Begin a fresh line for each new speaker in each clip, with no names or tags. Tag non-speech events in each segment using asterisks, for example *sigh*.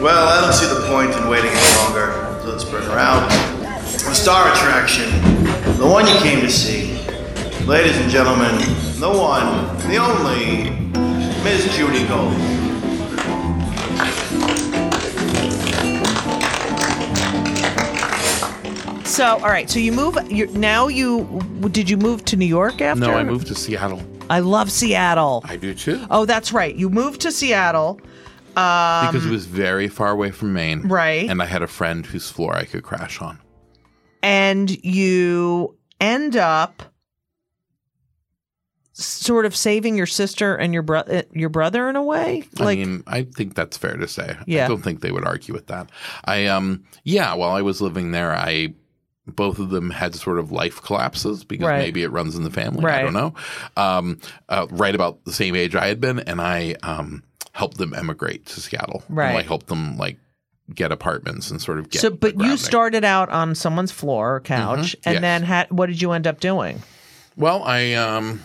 Well, I don't see the point in waiting any longer, so let's bring her out. The star attraction, the one you came to see. Ladies and gentlemen, the one, the only, Miss Judy Gold.
So, all right. So you move. you now you did you move to New York after?
No, I moved to Seattle.
I love Seattle.
I do too.
oh, that's right. You moved to Seattle.
because it was very far away from Maine.
Um, Right.
And I had a friend whose floor I could crash on.
and you end up sort of saving your sister and your brother your brother in a way like
I mean, I think that's fair to say.
Yeah.
I don't think they would argue with that. I um yeah, while I was living there, I both of them had sort of life collapses because
Right.
maybe it runs in the family.
Right.
I don't know. Um, uh, right about the same age I had been, and I um helped them emigrate to Seattle. And,
Right.
like helped them like get apartments and sort of get
so but you
grounding.
started out on someone's floor or couch and
Mm-hmm. Yes.
then had what did you end up doing
Well, I um,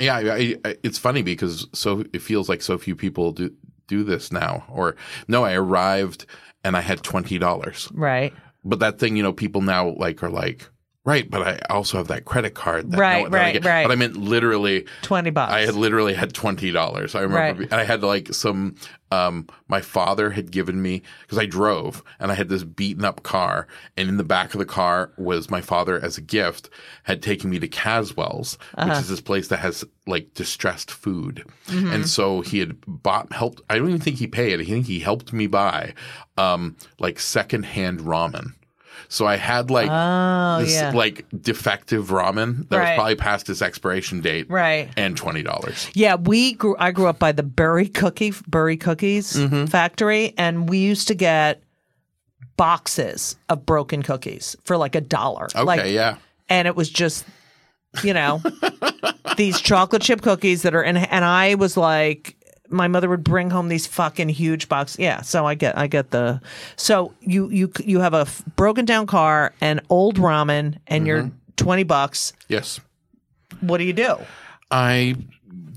yeah, I, I, it's funny because so it feels like so few people do do this now. Or no, I arrived and I had twenty dollars,
right
but that thing, you know, people now like are like. Right, but I also have that credit card. That
Right,
no- that I
right,
get.
right.
But I meant literally,
20 bucks
I had literally had twenty dollars. I remember,
Right.
and I had like some. Um, my father had given me because I drove, and I had this beaten up car, and in the back of the car was my father as a gift had taken me to Caswell's,
Uh-huh.
which is this place that has like distressed food,
Mm-hmm.
and so he had bought helped. I don't even think he paid. I think he helped me buy um, like secondhand ramen. So I had like this
Oh, yeah.
like defective ramen that
Right.
was probably past its expiration date,
Right.
and twenty dollars.
Yeah, we grew. I grew up by the Burry Cookie Burry Cookies
Mm-hmm.
factory, and we used to get boxes of broken cookies for like a dollar.
Okay,
like,
yeah.
and it was just, you know,
*laughs*
these chocolate chip cookies that are in. And I was like, my mother would bring home these fucking huge boxes. Yeah, so I get, I get the. So you you you have a f- broken down car and old ramen, and you're
Mm-hmm.
twenty bucks.
Yes.
What do you do?
I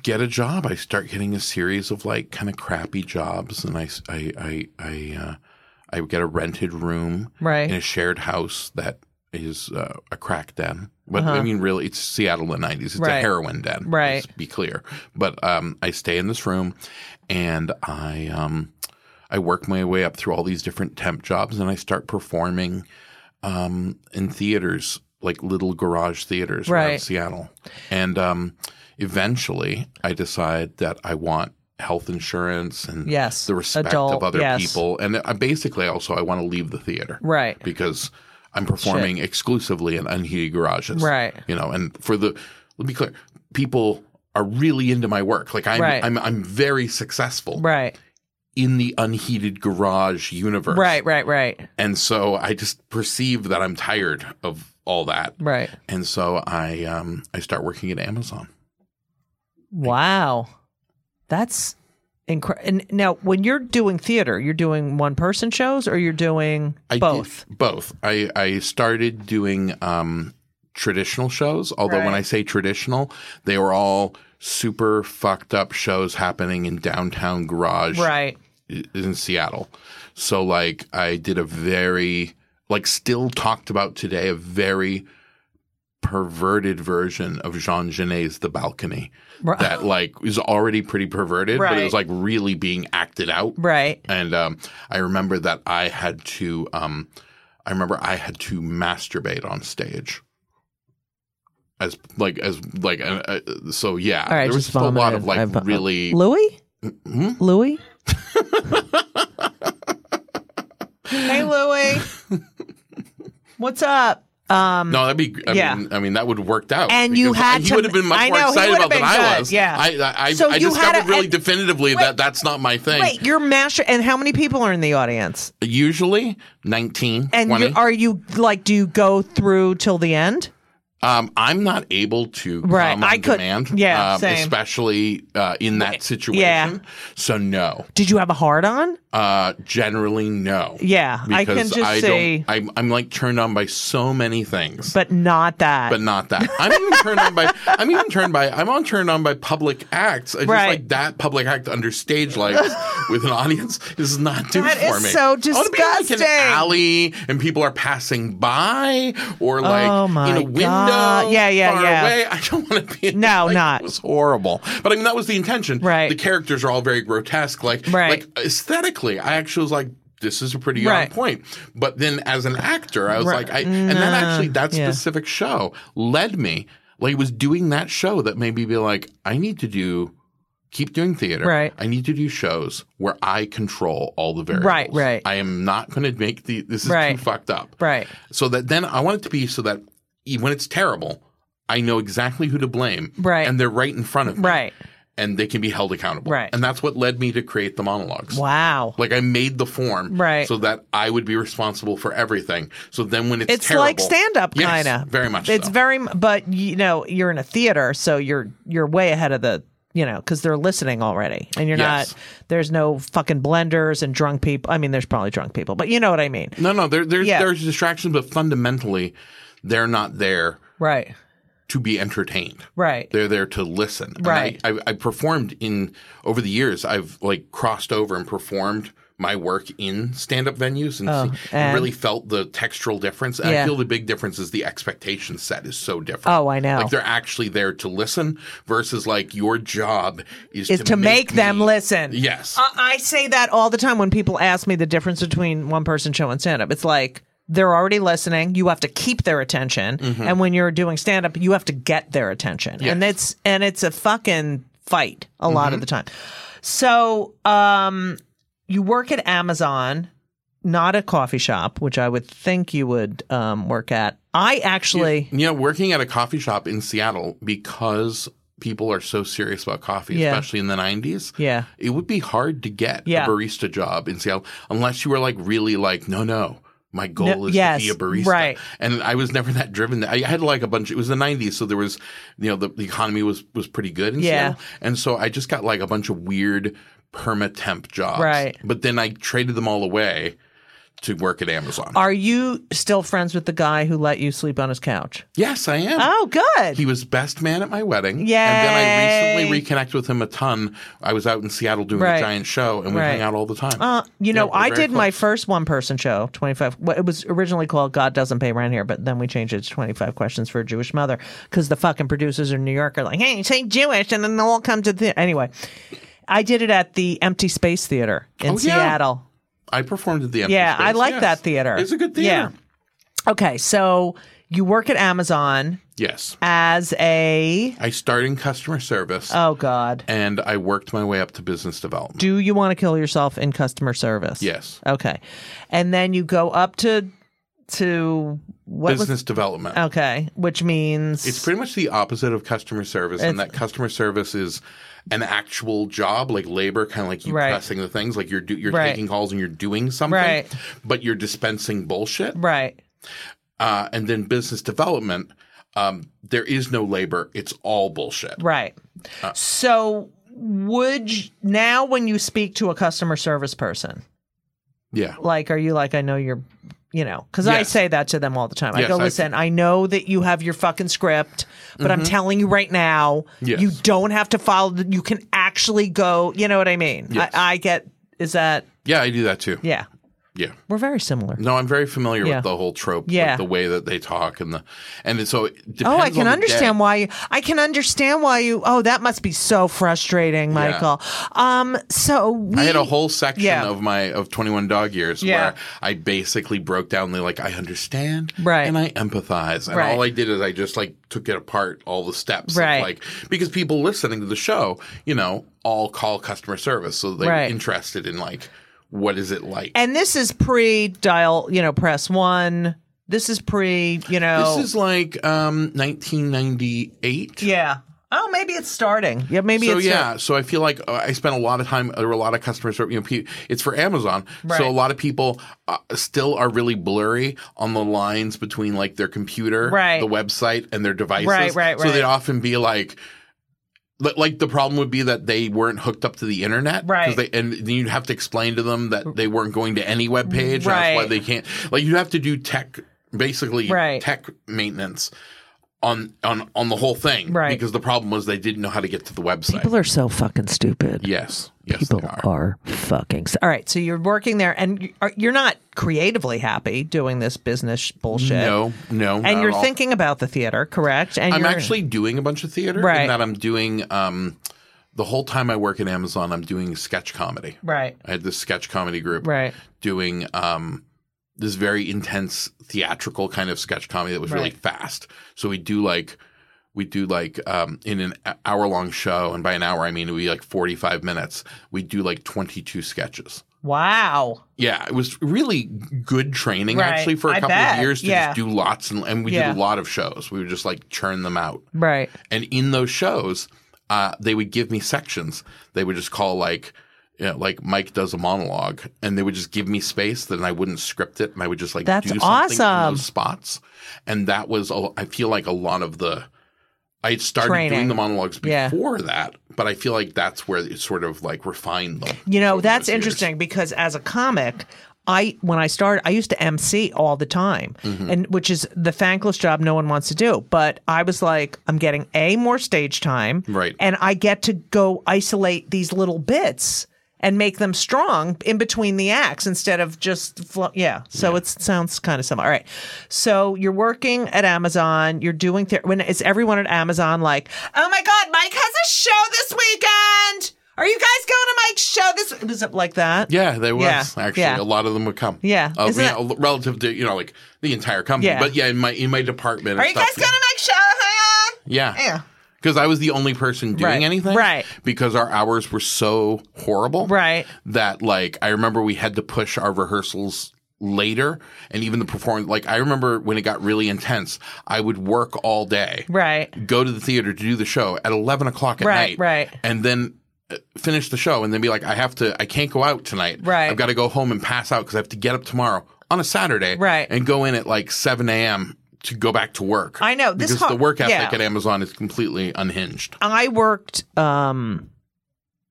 get a job. I start getting a series of like kind of crappy jobs, and I s- I I I, uh, I get a rented room
Right.
in a shared house that is uh, a crack den. But I mean, really, it's Seattle in the nineties. It's a
Uh-huh. Right.
heroin den.
Right.
let's be clear. But um, I stay in this room, and I um, I work my way up through all these different temp jobs, and I start performing um, in theaters, like little garage theaters around
Right.
Seattle. And um, eventually, I decide that I want health insurance and
Yes,
the respect
adult,
of other
yes.
people. And I basically also I want to leave the theater,
Right.
Because I'm performing exclusively in unheated garages,
Right.
You know, and for the let me be clear, people are really into my work. Like I'm,
Right.
I'm, I'm very successful
Right,
in the unheated garage universe,
right, right, right,
and so I just perceive that I'm tired of all that.
right.
And so I um I start working at Amazon.
Wow. That's incredible. And now, when you're doing theater, you're doing one person shows or you're doing
I did-
both?
both. I I started doing um traditional shows, although when
Right.
I say traditional, they were all super fucked up shows happening in downtown garage
Right.
in Seattle. So like I did a very like still talked about today a very perverted version of Jean Genet's The Balcony
Right.
that like is already pretty perverted but it
Right.
was like really being acted out.
Right.
And um I remember that I had to um I remember I had to masturbate on stage. As like as like uh, uh, so yeah
All right.
there was
just
just a lot
vomited.
of like
I vom-
really Mm-hmm.
Louis?
*laughs*
Louis? hey, Louis. What's up? Um,
no, that'd be. I
yeah.
mean, I mean, that would have worked out.
And you
because
had
He
to-
would have been much
I
more
know, he
excited
would have
about than
been
I
good,
was.
yeah.
I, I, I,
So
I
you had
discovered
a-
really
and-
definitively
Wait.
that that's not my thing.
Wait, you're masher, and how many people are in the audience?
Usually nineteen,
And
twenty.
you are you like, do you go through till the end?
Um, I'm not able to
Right,
come on
I could-
demand,
yeah,
um,
same.
especially uh, in that situation. So no,
Did you have a hard on?
uh, generally no.
Yeah, I can just
I
say-
don't, I'm, I'm like turned on by so many things,
But not that.
but not that. I'm even turned on
*laughs*
by. I'm even turned by. I'm on turned on by public acts. I just
Right.
like that public act under stage lights with an audience is not doing
That
for
is
me.
so
I wanna be in, like
disgusting.
an alley and people are passing by or like
Oh, my
in a window.
God. Yeah, yeah,
far
yeah.
Away. I don't want to be. in-
No,
like,
not.
It was horrible. But I mean, that was the intention.
Right.
The characters are all very grotesque. Like,
Right.
like aesthetically, I actually was like. This is a pretty
Right.
on point, but then as an actor, I was
Right.
like, I, and that actually that
yeah.
specific specific show led me like it was doing that show that made me be like i need to do keep doing theater
Right.
i need to do shows where i control all the variables
Right, right.
i am not going to make the this is
Right.
too fucked up
right.
so that then i want it to be so that e- when it's terrible i know exactly who to blame
Right.
and they're right in front of me
Right.
and they can be held accountable
Right.
and that's what led me to create the monologues
Wow.
like I made the form
Right.
so that I would be responsible for everything. So then when it's
It's
terrible,
like stand up
Yes,
kind of.
very much.
It's
so.
very m- but you know, you're in a theater, so you're you're way ahead of the you know, because they're listening already, and you're
Yes.
not. There's no fucking blenders and drunk people. I mean, there's probably drunk people, but you know what I mean,
No, no, there, there's
Yeah.
there's distractions, but fundamentally, they're not there
right?
to be entertained.
Right.
They're there to listen. And
Right.
I, I, I performed in over the years. I've like crossed over and performed my work in stand-up venues and,
Oh,
see-
and-
really felt the textural difference. And
Yeah.
I feel the big difference is the expectation set is so different.
Oh, I know.
Like they're actually there to listen versus like your job is,
Is to, make, them
me-
listen.
Yes.
I, I say that all the time when people ask me the difference between one person show and stand up. It's like they're already listening. You have to keep their attention, and when you're doing stand up, you have to get their attention, and
Mm-hmm. Yes. Mm-hmm.
it's and it's a fucking fight a lot of the time. So, um, you work at Amazon, not a coffee shop, which I would think you would um, work at. I actually,
Yeah, working at a coffee shop in Seattle because people are so serious about coffee,
Yeah.
especially in the 90s.
Yeah.
It would be hard to get
Yeah.
a barista job in Seattle unless you were like really like, no, no. My goal
No,
is
yes,
to be a barista,
right.
and I was never that driven. I had like a bunch. It was the '90s, so there was, you know, the, the economy was was pretty good in
Yeah.
Seattle, and so I just got like a bunch of weird perma temp jobs.
Right.
But then I traded them all away to work at Amazon.
are you still friends with the guy who let you sleep on his couch?
yes, I am.
Oh, good.
He was best man at my wedding. And then I
Yay.
recently reconnected with him a ton. I was out in Seattle doing
Right.
a giant show and we
Right.
hung out all the time.
Uh, you know,
Yeah, we're
I
very
did my
close.
first one person show, 25. Well, it was originally called God Doesn't Pay Rent Here, but then we changed it to 25 Questions for a Jewish Mother because the fucking producers in New York are like, hey, say Jewish, and then they'll all come to the. Anyway, I did it at the Empty Space Theater in
Oh, yeah.
Seattle.
I performed at the Empty
Yeah, I
Space.
like
Yes.
that theater.
It's a good
Yeah.
theater.
Okay, so you work at Amazon
Yes.
as a.
I started in customer service
Oh, God.
and I worked my way up to business development.
Do Uh, you want to kill yourself in customer service?
yes.
Okay. And then you go up to. To what was Oh.
business development.
Okay, which means
It's pretty much the opposite of customer service, and that customer service is an actual job, like labor, kind of like you
Right.
pressing the things, like you're do, you're
Right.
taking calls and you're doing something,
Right.
but you're dispensing bullshit.
right.
uh, and then business development, um, there is no labor. It's all bullshit.
Right.
Uh.
so would you, now when you speak to a customer service person,
Yeah.
like are you like I know you're you know, because I
Yes.
say that to them all the time. I
Yes,
go,
I-
listen, I know that you have your fucking script, but I'm telling you right now,
Mm-hmm. Yes.
you don't have to follow. the- You can actually go. You know what I mean?
Yes.
I, I get. Is that
Yeah, I do that too. Yeah.
yeah? We're very similar.
No, I'm very familiar
Yeah.
with the whole trope, with
Yeah.
the way that they talk and the and so it depends
Oh, I
on
can
the
understand
day.
why you. I can understand why you. Oh, that must be so frustrating, Michael. Um, so we,
I had a whole section
Yeah.
of my of 21 dog years
Yeah.
where I basically broke down the like I understand
Right.
and I empathize and
Right.
all I did is I just like took it apart all the steps of,
Right.
like because people listening to the show you know all call customer service so they're
Right.
interested in like what is it like
and this is pre dial. You know, press one. This is pre, you know.
This is like um, 1998.
yeah. Oh, maybe it's starting. Yeah, maybe
So
it's
yeah, so I feel like uh, I spent a lot of time. There were a lot of customers. You know, pe- it's for Amazon,
Right.
so a lot of people uh, still are really blurry on the lines between like their computer,
Right.
the website, and their devices.
Right, right,
So
right.
they'd often be like. li- Like the problem would be that they weren't hooked up to the internet, 'cause
Right.
They, and then you'd have to explain to them that they weren't going to any web page. and That's why
Right.
they can't. Like you have to do tech, basically
Right.
tech maintenance on on on the whole thing,
Right.
Because the problem was they didn't know how to get to the website.
People are so fucking stupid.
Yes. Yes,
People
they are.
are. fucking. All right, so you're working there, and you- are- you're not creatively happy doing this business bullshit.
No, no. not
and
at
you're
all.
thinking about the theater, correct? And
I'm
you're,
actually doing a bunch of theater.
Right.
In that I'm doing um, the whole time I work at Amazon, I'm doing sketch comedy.
right,
I had this sketch comedy group
right,
doing um, this very intense theatrical kind of sketch comedy that was really
Right.
fast. So we do like we do like um, in an hour long show, and by an hour I mean we like 45 minutes. We do like 22 sketches.
wow,
Yeah, it was really good training
Right.
actually for a
I
couple
bet.
of years to
Yeah.
just do lots and, and we
Yeah.
did a lot of shows. We would just like churn them out.
right,
And in those shows, uh, they would give me sections. They would just call like you know, like Mike does a monologue and they would just give me space then I wouldn't script it and I would just like
That's
do something in
awesome.
those spots. And that was a, I feel like a lot of the I had started
Training.
doing the monologues
Yeah.
before that, but I feel like that's where it sort of like refined them.
You know,
over
that's
those years.
interesting because as a comic, I when I started, I used to MC all the time, and which is the thankless job no one wants to do. But I was like, I'm getting a more stage time,
Right.
And I get to go isolate these little bits and make them strong in between the acts instead of just flo- yeah. So it sounds kind of similar. All right, so you're working at Amazon, you're doing ther- when is everyone at Amazon like, oh my god, Mike has a show this weekend. Are you guys going to Mike's show this? Was it like that?
Yeah, they was
Yeah,
actually.
yeah.
A lot of them would come.
Yeah,
Uh,
isn't
yeah, relative to you know like the entire company,
Yeah.
but yeah, in my in my department. and
Are you
stuff,
guys going to Mike's show? uh. Hang on.
Yeah,
Yeah.
Because I was the only person doing
Right,
anything,
right.
Because our hours were so horrible,
Right.
That like I remember we had to push our rehearsals later, and even the performance. Like I remember when it got really intense, I would work all day,
Right.
go to the theater to do the show at 11 o'clock at
Right,
night.
right.
And then uh, finish the show and then be like, I have to, I can't go out tonight.
Right.
I've got to go home and pass out because I have to get up tomorrow on a Saturday.
Right.
And go in at like 7 a.m. to go back to work.
I know, this
Because
har-
the work ethic
yeah.
at Amazon is completely unhinged.
I worked um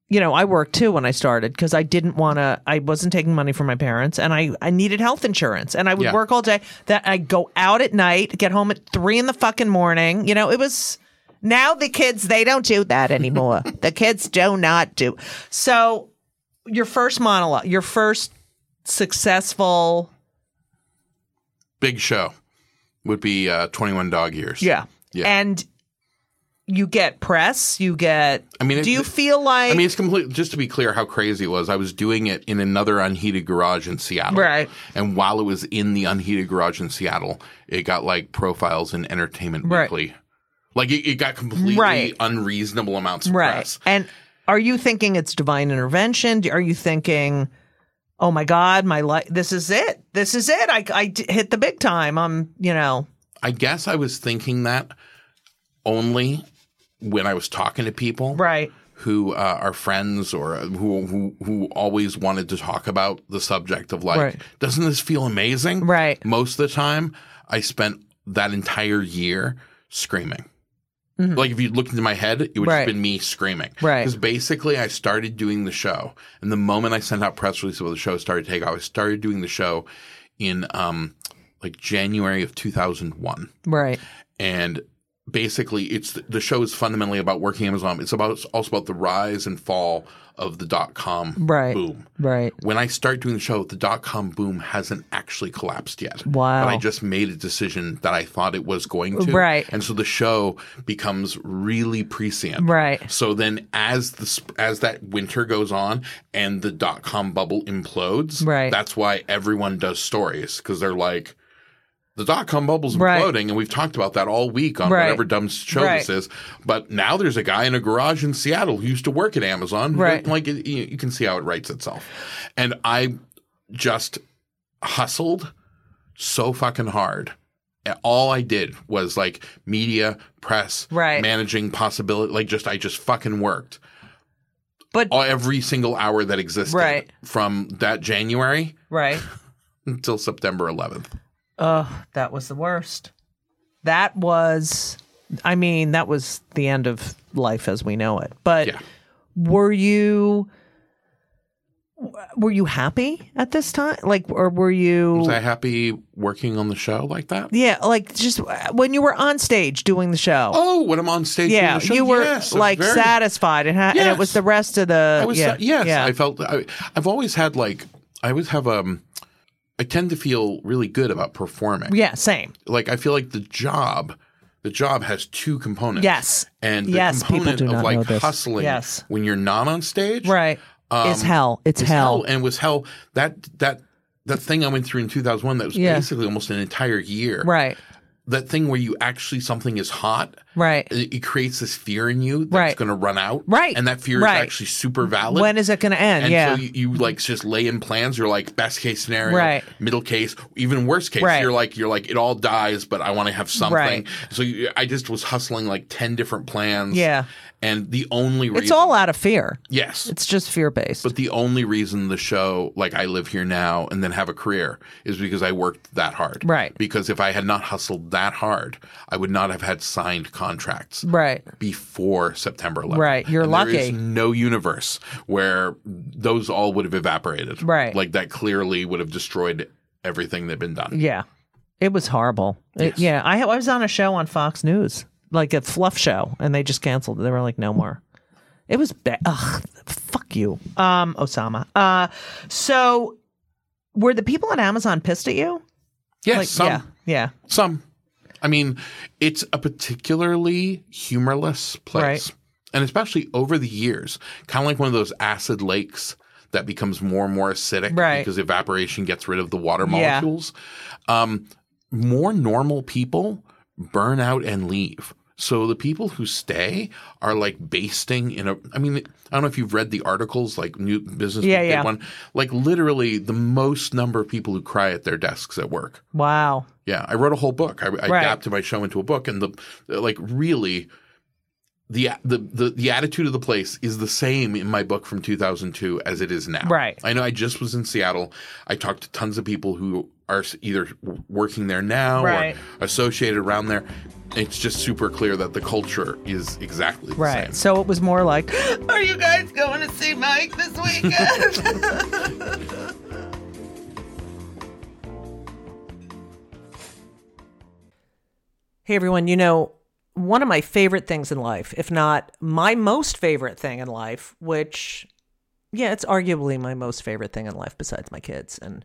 you know, I worked too when I started because I didn't want to I wasn't taking money from my parents and I I needed health insurance and I would
Yeah.
work all day that I go out at night, get home at 3 in the fucking morning. You know, it was now the kids they don't do that
*laughs*
anymore. the kids do not do. So your first monologue, your first successful
Big show would be uh, 21 dog years.
yeah.
Yeah.
And you get press, you get
I mean, it-
do you feel like
I mean, it's complete. Just to be clear, how crazy it was. I was doing it in another unheated garage in Seattle,
Right.
And while it was in the unheated garage in Seattle, it got like profiles in Entertainment
Right.
Weekly. Like it, it got completely
Right.
unreasonable amounts of press.
And are you thinking it's divine intervention? Do- Are you thinking, oh my God, my life, this is it. This is it. I, I d- hit the big time. I'm, you know,
I guess I was thinking that only when I was talking to people,
right.
who uh, are friends or who, who who always wanted to talk about the subject of like,
Right.
doesn't this feel amazing?
Right.
Most of the time, I spent that entire year screaming. Like if you looked into my head, it would
Mm-hmm. Right.
have been me screaming.
Right.
Because basically, I started doing the show, and the moment I sent out press releases when the show started to take off, I started doing the show in um like January of two thousand one
Right.
and basically it's the show is fundamentally about working Amazon. It's about it's also about the rise and fall of the dot com
Right.
boom.
Right.
When I start doing the show, the dot com boom hasn't actually collapsed yet.
Wow.
But I just made a decision that I thought it was going to.
Right.
And so the show becomes really prescient.
Right.
So then as the sp- as that winter goes on and the dot com bubble implodes,
Right.
that's why everyone does stories because they're like the dot com bubble's
Right.
imploding and we've talked about that all week on
Right.
whatever dumb show this
Right.
is. But now there's a guy in a garage in Seattle who used to work at Amazon.
Right.
Like it, you you can see how it writes itself. And I just hustled so fucking hard. And All I did was like media, press,
Right.
managing possibility. Like just, I just fucking worked
But
all, every single hour that existed
Right.
from that January
right.
until September 11th.
Oh, that was the worst. That was I mean, that was the end of life as we know it. But
Yeah.
were you were you happy at this time? Like or were you
Was I happy working on the show like that?
Yeah, like just uh, when you were on stage doing the show.
Oh, when I'm on stage,
yeah,
doing the show,
you were
yes, I'm
like
very-
satisfied, and, ha- and it was
Yes.
the rest of the.
I was
yeah,
sa- yes,
yeah.
I felt I, I've always had like I always have um I tend to feel really good about performing.
yeah, same.
Like I feel like the job the job has two components.
Yes.
And the
Yes, people
component
do
of
not know
like
this.
hustling
Yes.
when you're not on stage.
Right. it's hell. It's
is
hell.
and was Um, hell that that that thing I went through in 2001 that was
Yeah.
basically almost an entire year.
Right.
That thing where you actually something is hot.
Right.
It, it creates this fear in you that's
Right.
going to run out.
Right.
And that fear
Right.
is actually super valid.
When is it going to end?
And
yeah.
so you, you like just lay in plans. You're like best case scenario,
Right.
middle case, even worst case.
Right.
You're like you're like it all dies, but I want to have something.
Right.
So you, I just was hustling like ten different plans.
Yeah.
and the only reason
it's all out of fear.
yes,
It's just fear based.
but the only reason the show like I live here now and then have a career is because I worked that hard.
Right.
Because if I had not hustled that hard, I would not have had signed contracts
right.
before September 11th.
Right, you're
and There
lucky.
is no universe where those all would have evaporated.
Right.
Like that clearly would have destroyed everything that had been done.
Yeah. It was horrible. It-
Yes.
yeah. I, I was on a show on Fox News, like a fluff show, and they just canceled it. They were like, no more. It was bad. Ugh, fuck you, um, Osama. Uh, so were the people at Amazon pissed at you?
Yes,
Like,
some.
yeah. Yeah.
Some. I mean, it's a particularly humorless
Right.
place. And especially over the years, kind of like one of those acid lakes that becomes more and more acidic
Right.
because evaporation gets rid of the water
Yeah.
molecules. Um, more normal people burn out and leave. So the people who stay are like basting in a. I mean, I don't know if you've read the articles, like New Business Week
Yeah,
did
yeah.
one. Like literally, the most number of people who cry at their desks at work.
Wow.
Yeah, I wrote a whole book. I, I
Right.
adapted my show into a book, and the like really the, the the the attitude of the place is the same in my book from 2002 as it is now.
Right.
I know. I just was in Seattle. I talked to tons of people who are s- either w- working there now
Right.
or associated around there. It's just super clear that the culture is exactly the
Right.
same.
So it was more like, *gasps* are you guys going to see Mike this weekend? *laughs* Hey everyone, you know, one of my favorite things in life, if not my most favorite thing in life, which yeah, it's arguably my most favorite thing in life besides my kids and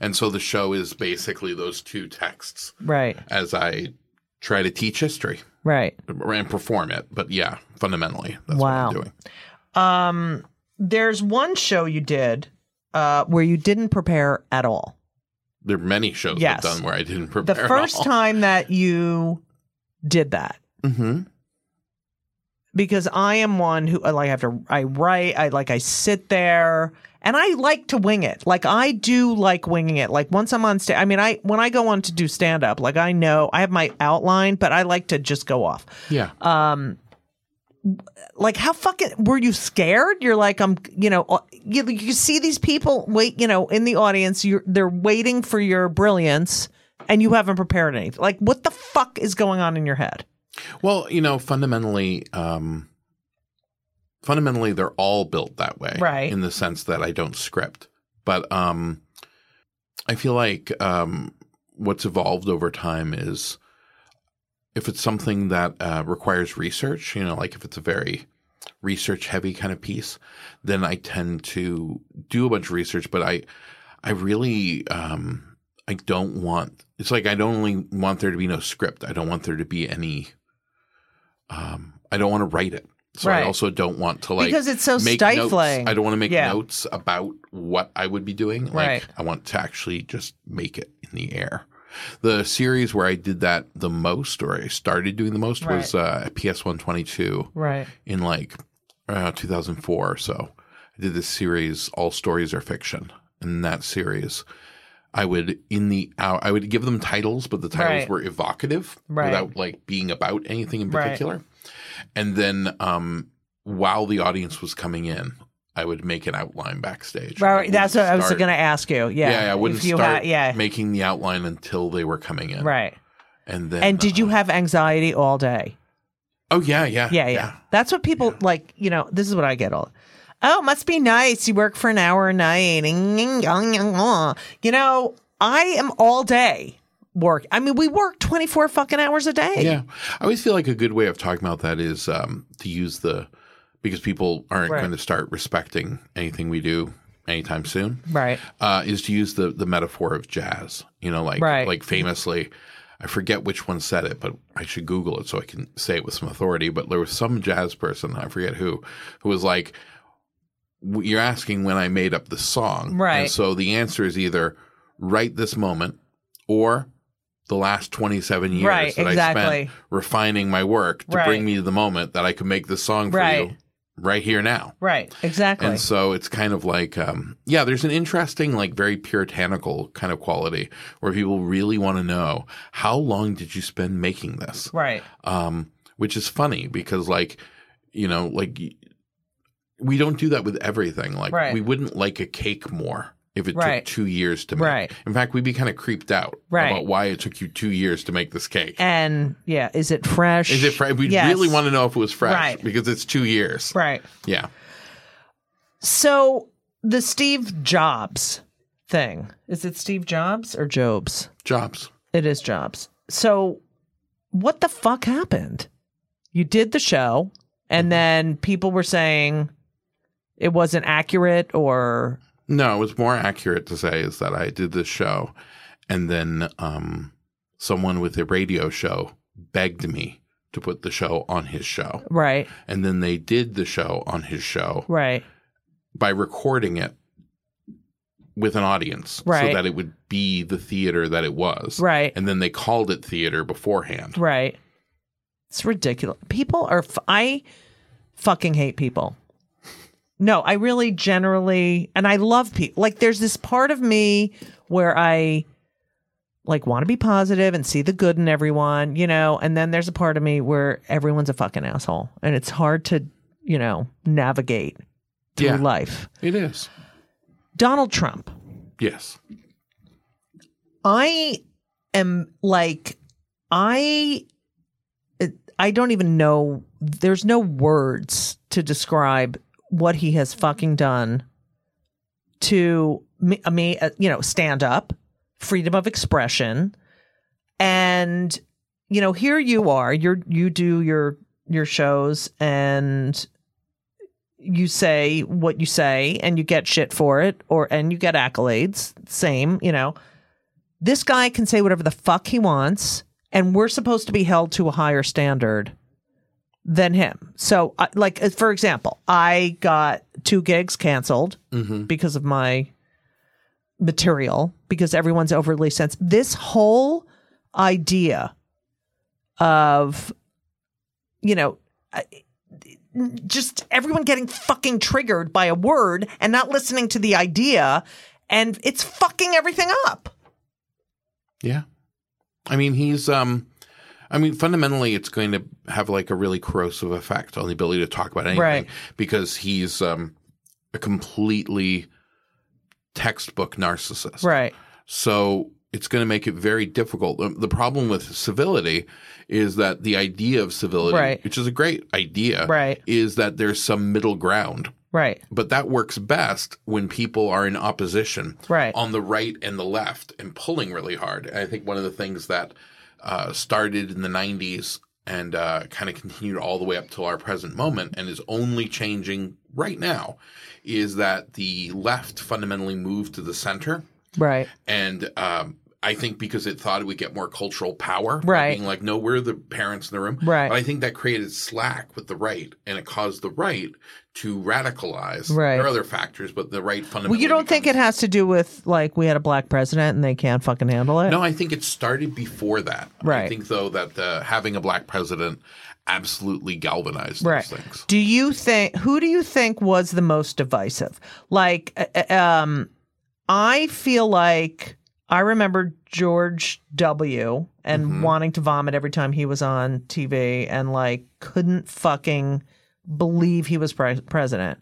And so the show is basically those two texts
Right,
as I try to teach history
right.
and perform it. But yeah, fundamentally that's
Wow.
what I'm doing.
Um, there's one show you did uh, where you didn't prepare at all.
There are many shows
Yes.
I've done where I didn't
The
prepare.
first time that you did that,
hmm
because I am one who like I have to I write, I like I sit there and I like to wing it. Like I do like winging it. Like once I'm on stage, I mean I when I go on to do stand up, like I know I have my outline, but I like to just go off.
Yeah.
Um, like how fucking were you scared you're like i'm you know uh, you, you see these people wait you know in the audience you're they're waiting for your brilliance and you haven't prepared anything like what the fuck is going on in your head
well, you know, fundamentally, um, fundamentally, they're all built that way,
Right.
In the sense that I don't script, but um, I feel like um, what's evolved over time is if it's something that uh, requires research, you know, like if it's a very research heavy kind of piece, then I tend to do a bunch of research, but I, I really, um, I don't want, it's like I don't only want there to be no script. I don't want there to be any, um, I don't want to write it. So
Right.
I also don't want to like,
Because it's so
make notes.
stifling.
I don't want to make
Yeah.
notes about what I would be doing. Like
Right.
I want to actually just make it in the air. The series where I did that the most, or I started doing the most, was uh, PS One Twenty Two
right
in like uh, 2004 or so. I did this series, All Stories Are Fiction. In that series, I would in the hour, I would give them titles, but the titles
Right.
were evocative
Right.
without like being about anything in
Right.
particular. And then um, while the audience was coming in, I would make an outline backstage.
right that's what i was
Start-
going to ask you yeah
Yeah, I wouldn't
if you
start
had, yeah
making the outline until they were coming in.
right
And then
and did you
uh,
have anxiety all day
Oh yeah, yeah.
yeah yeah, that's what people like you know this is what i get all oh it must be nice you work for an hour a night you know i am all day work i mean we work 24 fucking hours a day
Yeah. I always feel like a good way of talking about that is um, to use the because people aren't
Right.
going to start respecting anything we do anytime soon.
right
Uh, is to use the the metaphor of jazz. You know, like
Right.
like famously, I forget which one said it, but I should Google it so I can say it with some authority. But there was some jazz person I forget who who was like, "W- "You're asking when I made up the song,
Right.
And so the answer is either right this moment or the last 27 years
Right,
that I
exactly.
spent refining my work to
Right.
bring me to the moment that I could make this song for
Right.
you right here now.
right exactly
And so it's kind of like, um, yeah, there's an interesting, like very puritanical kind of quality where people really want to know how long did you spend making this?
right
Um, which is funny because, like, you know, like y- we don't do that with everything. Like,
Right.
we wouldn't like a cake more if it
Right.
took two years to make.
Right.
In fact, we'd be kind of creeped out
Right.
about why it took you two years to make this cake.
and yeah is it fresh
is it fresh? We
Yes.
really want to know if it was fresh
Right.
because it's two years.
right
Yeah.
so the steve jobs thing is it steve jobs or jobs
Jobs.
It is Jobs. So what the fuck happened? You did the show and then people were saying it wasn't accurate or
No, it was more accurate to say is that I did this show and then um someone with a radio show begged me to put the show on his show.
Right.
And then they did the show on his show
Right.
by recording it with an audience
Right.
so that it would be the theater that it was.
Right.
And then they called it theater beforehand.
Right. It's ridiculous. People are. F- I fucking hate people. No, I really generally, and I love people. Like, there's this part of me where I like want to be positive and see the good in everyone, you know, and then there's a part of me where everyone's a fucking asshole and it's hard to, you know, navigate through
Yeah.
life.
It is.
Donald Trump.
Yes.
I am like I I don't even know there's no words to describe what he has fucking done to me, uh, me uh, you know stand up freedom of expression and you know here you are you're you do your your shows and you say what you say and you get shit for it or and you get accolades same you know this guy can say whatever the fuck he wants and we're supposed to be held to a higher standard than him so I- like uh, for example i got two gigs canceled
Mm-hmm.
because of my material because everyone's overly sensitive this whole idea of you know I- just everyone getting fucking triggered by a word and not listening to the idea and it's fucking everything up
Yeah. I mean, he's um I mean, fundamentally it's going to have like a really corrosive effect on the ability to talk about anything
Right.
because he's um a completely textbook narcissist.
Right.
So it's going to make it very difficult. The- The problem with civility is that the idea of civility,
Right.
which is a great idea,
Right.
is that there's some middle ground.
Right.
But that works best when people are in opposition
Right.
on the right and the left and pulling really hard. And I think one of the things that uh, started in the 90s and uh, kind of continued all the way up till our present moment and is only changing right now is that the left fundamentally moved to the center
Right.
and um, I think because it thought it would get more cultural power, by
Right.
Being like, no, we're the parents in the room,
Right.
But I think that created slack with the right, and it caused the right to radicalize.
Right.
There are other factors, but the right fundamentally.
Well, you don't think it has to do with like we had a black president and they can't fucking handle it?
No, I think it started before that. I
Right.
think though that the having a black president absolutely galvanized
Right.
those things.
Do you think who do you think was the most divisive? Like uh, uh, um I feel like I remember George W and
Mm-hmm.
wanting to vomit every time he was on TV and like couldn't fucking believe he was pre- president.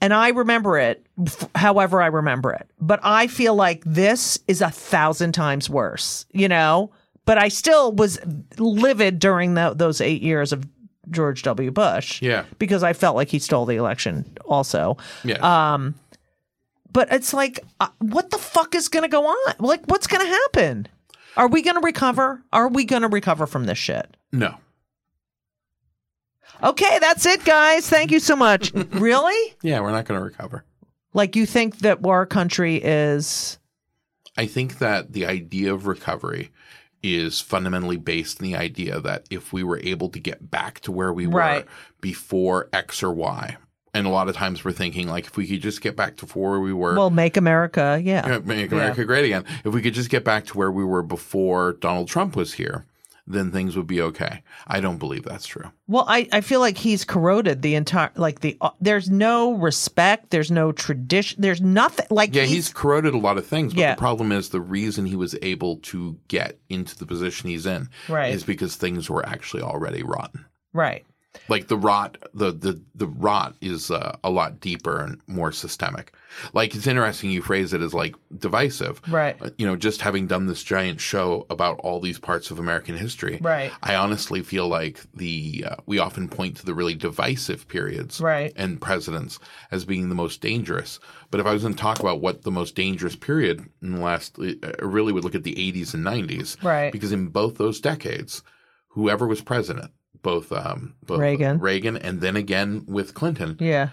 And I remember it f- however I remember it. But I feel like this is a thousand times worse, you know? But I still was livid during tho- those eight years of George W. Bush.
Yeah.
Because I felt like he stole the election also Um,
Yeah.
Uh, but it's like uh, what the fuck is going to go on like what's going to happen are we going to recover are we going to recover from this shit
no.
okay that's it guys thank you so much really
Yeah, we're not going to recover.
like you think that our country is
I think that the idea of recovery is fundamentally based in the idea that if we were able to get back to where we
Right.
were before X or Y, and a lot of times we're thinking like if we could just get back to where we were,
well make america yeah
uh, *laughs* make America great again. If we could just get back to where we were before Donald Trump was here, then things would be okay. I don't believe that's true.
Well, I, I feel like he's corroded the entire like the uh, there's no respect, there's no tradition, there's nothing like
Yeah, he's corroded a lot of things, but
Yeah.
the problem is the reason he was able to get into the position he's in
Right.
is because things were actually already rotten.
right.
like the rot the the, the rot is uh, a lot deeper and more systemic like it's interesting you phrase it as like divisive
Right.
Uh, you know just having done this giant show about all these parts of american history
Right.
i honestly feel like the uh, we often point to the really divisive periods
Right.
and presidents as being the most dangerous but if i was going to talk about what the most dangerous period in the last i really would look at the 80s and 90s
Right.
because in both those decades whoever was president, both um both
Reagan.
and then again with Clinton,
Yeah.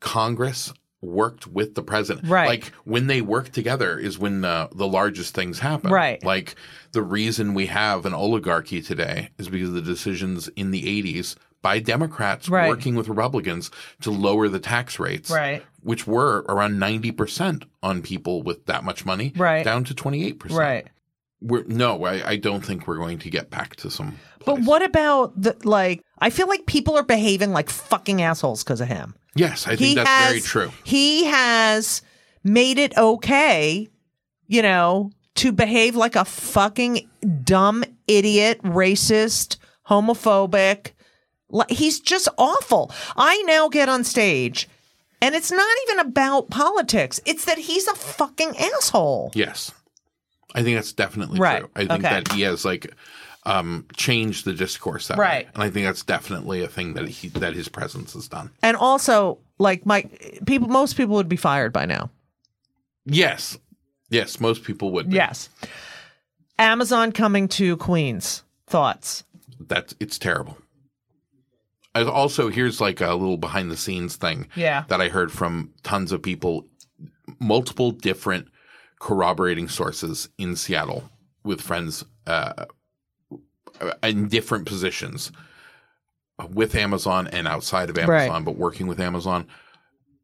Congress worked with the president.
Right.
Like when they work together is when uh, the largest things happen.
Right.
Like the reason we have an oligarchy today is because of the decisions in the 80s by Democrats
Right.
working with Republicans to lower the tax rates.
Right.
Which were around 90% on people with that much money.
Right.
Down to 28%.
right.
We're, no, I, I don't think we're going to get back to some.
But
place.
what about the like? I feel like people are behaving like fucking assholes because of him.
Yes, I think that's very true.
He has made it okay, you know, to behave like a fucking dumb idiot, racist, homophobic. Like, He's just awful. I now get on stage and it's not even about politics. It's that he's a fucking asshole.
Yes. I think that's definitely
Right.
true. I think
Okay.
that he has like um changed the discourse that way.
Right.
And I think that's definitely a thing that he that his presence has done.
And also, like my people most people would be fired by now.
Yes. Yes, most people would. be.
Yes. Amazon coming to Queens. Thoughts?
That's it's terrible. I also here's like a little behind the scenes thing
Yeah.
that I heard from tons of people multiple different corroborating sources in Seattle with friends uh, in different positions with Amazon and outside of Amazon,
Right.
but working with Amazon,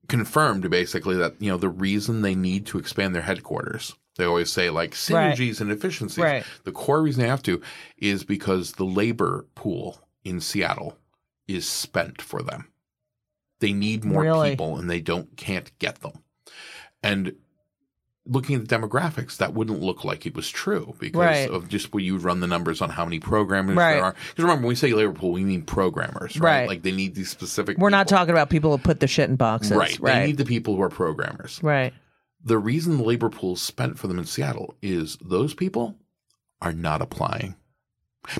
confirmed basically that you know the reason they need to expand their headquarters. They always say like
Right.
synergies and efficiencies.
Right.
The core reason they have to is because the labor pool in Seattle is spent for them. They need more
Really?
people and they don't can't get them. And looking at the demographics, that wouldn't look like it was true because
Right.
of just where you run the numbers on how many programmers
Right.
there are. Because remember, when we say labor pool, we mean programmers, right?
Right.
Like they need these specific.
We're not
people.
talking about people who put the shit in boxes.
Right.
Right.
They need the people who are programmers.
right.
The reason the labor pool is spent for them in Seattle is those people are not applying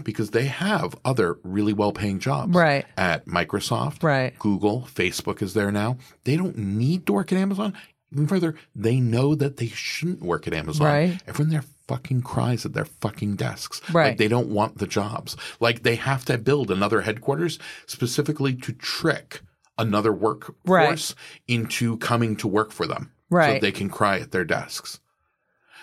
because they have other really well paying jobs
Right.
at Microsoft,
Right.
Google, Facebook is there now. They don't need to work at Amazon. Even further, they know that they shouldn't work at Amazon.
Right.
Everyone there fucking cries at their fucking desks. Like
Right.
they don't want the jobs. Like they have to build another headquarters specifically to trick another workforce
Right.
into coming to work for them. So that
Right.
they can cry at their desks.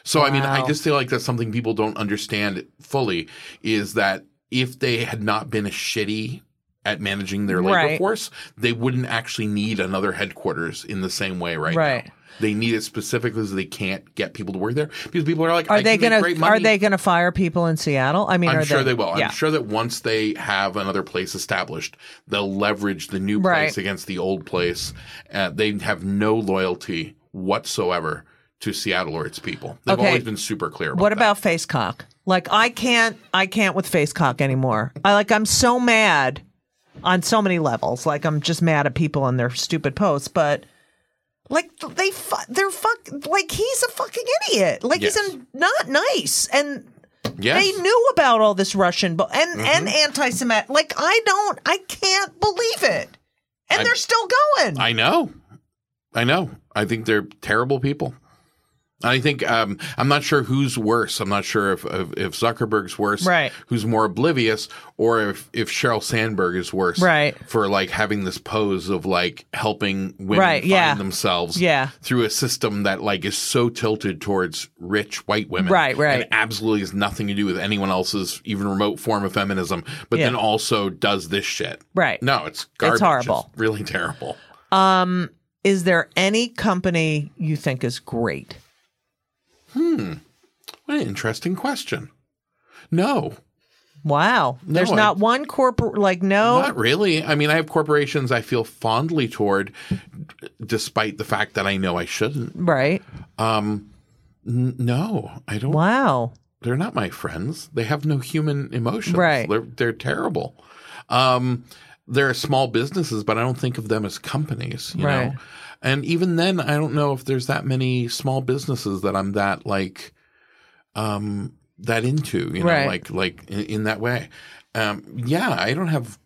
So I mean, I
Wow.
just feel like that's something people don't understand fully is that if they had not been a shitty at managing their labor
Right.
force, they wouldn't actually need another headquarters in the same way right,
Right.
now. They need it specifically because they can't get people to work there because people are like,
Are
I
they
can make
gonna
great money.
Are they gonna fire people in Seattle? I mean,
I'm
are
sure
they,
they, will.
Yeah.
I'm sure that once they have another place established, they'll leverage the new
Right.
place against the old place. Uh, they have no loyalty whatsoever to Seattle or its people. They've
Okay.
always been super clear about
What
that.
about face cock? Like I can't, I can't with face cock anymore. I like, I'm so mad on so many levels. Like I'm just mad at people and their stupid posts, but like they, fu- they're fuck, like he's a fucking idiot. Like
Yes.
he's a, not nice, and
Yes. Mm-hmm.
they knew about all this Russian bu- and and anti-Semitic. Like I don't, I can't believe it, and
I-
they're still going.
I know. I know. I think they're terrible people. I think um, I'm not sure who's worse. I'm not sure if if, if Zuckerberg's worse,
Right.
Who's more oblivious, or if if Sheryl Sandberg is worse,
Right.
For like having this pose of like helping women
Right,
find
yeah.
themselves,
Yeah.
through a system that like is so tilted towards rich white women,
Right, right.
and absolutely has nothing to do with anyone else's even remote form of feminism, but
Yeah.
then also does this shit,
Right.
No, it's garbage.
horrible.
It's really terrible.
Is there any company you think is great?
What an interesting question. No,
Wow, there's
I-
not one corporate like no.
not really. I mean, I have corporations I feel fondly toward, d- despite the fact that I know I shouldn't.
Right.
N- No, I don't.
Wow.
They're not my friends. They have no human emotions.
Right.
They're, they're terrible. Um, there are small businesses, but I don't think of them as companies, you
Right.
know? And even then, I don't know if there's that many small businesses that I'm that like, um, that into, you know,
Right.
like, like in, in that way. Um, yeah, I don't have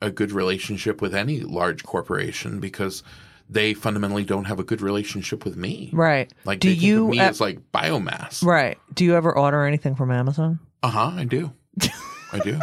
a good relationship with any large corporation because they fundamentally don't have a good relationship with me.
Right.
Like,
do
they think
you
of me
uh,
as like biomass. Uh-huh,
right? Do you ever order anything from Amazon?
Uh huh. I do. I do.